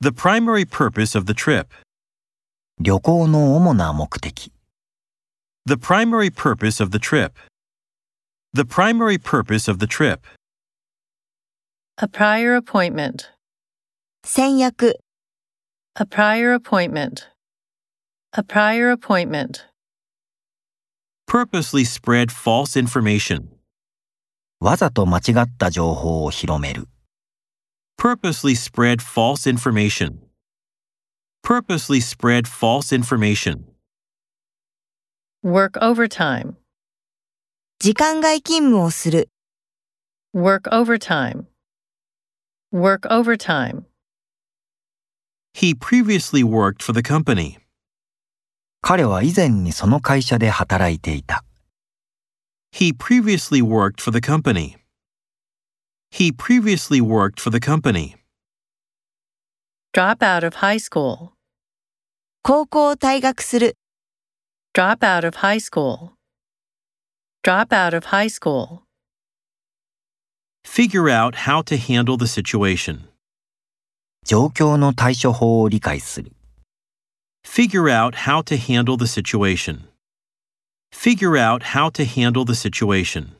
The primary purpose of the trip. 旅行の主な目的、 The primary purpose of the trip. The primary purpose of the trip. A prior appointment. 先約 A prior appointment. A prior appointment. Purposely spread false information. わざと間違った情報を広める、 Purposely spread false information. Purposely spread false information. Work overtime. 時間外勤務をする Work overtime. Work overtime. He previously worked for the company. 彼は以前にその会社で働いていた、 He previously worked for the company. He previously worked for the company. Drop out of high school. 高校を退学する Drop out of high school. Drop out of high school. Figure out how to handle the situation. 状況の対処法を理解する、 Figure out how to handle the situation. Figure out how to handle the situation.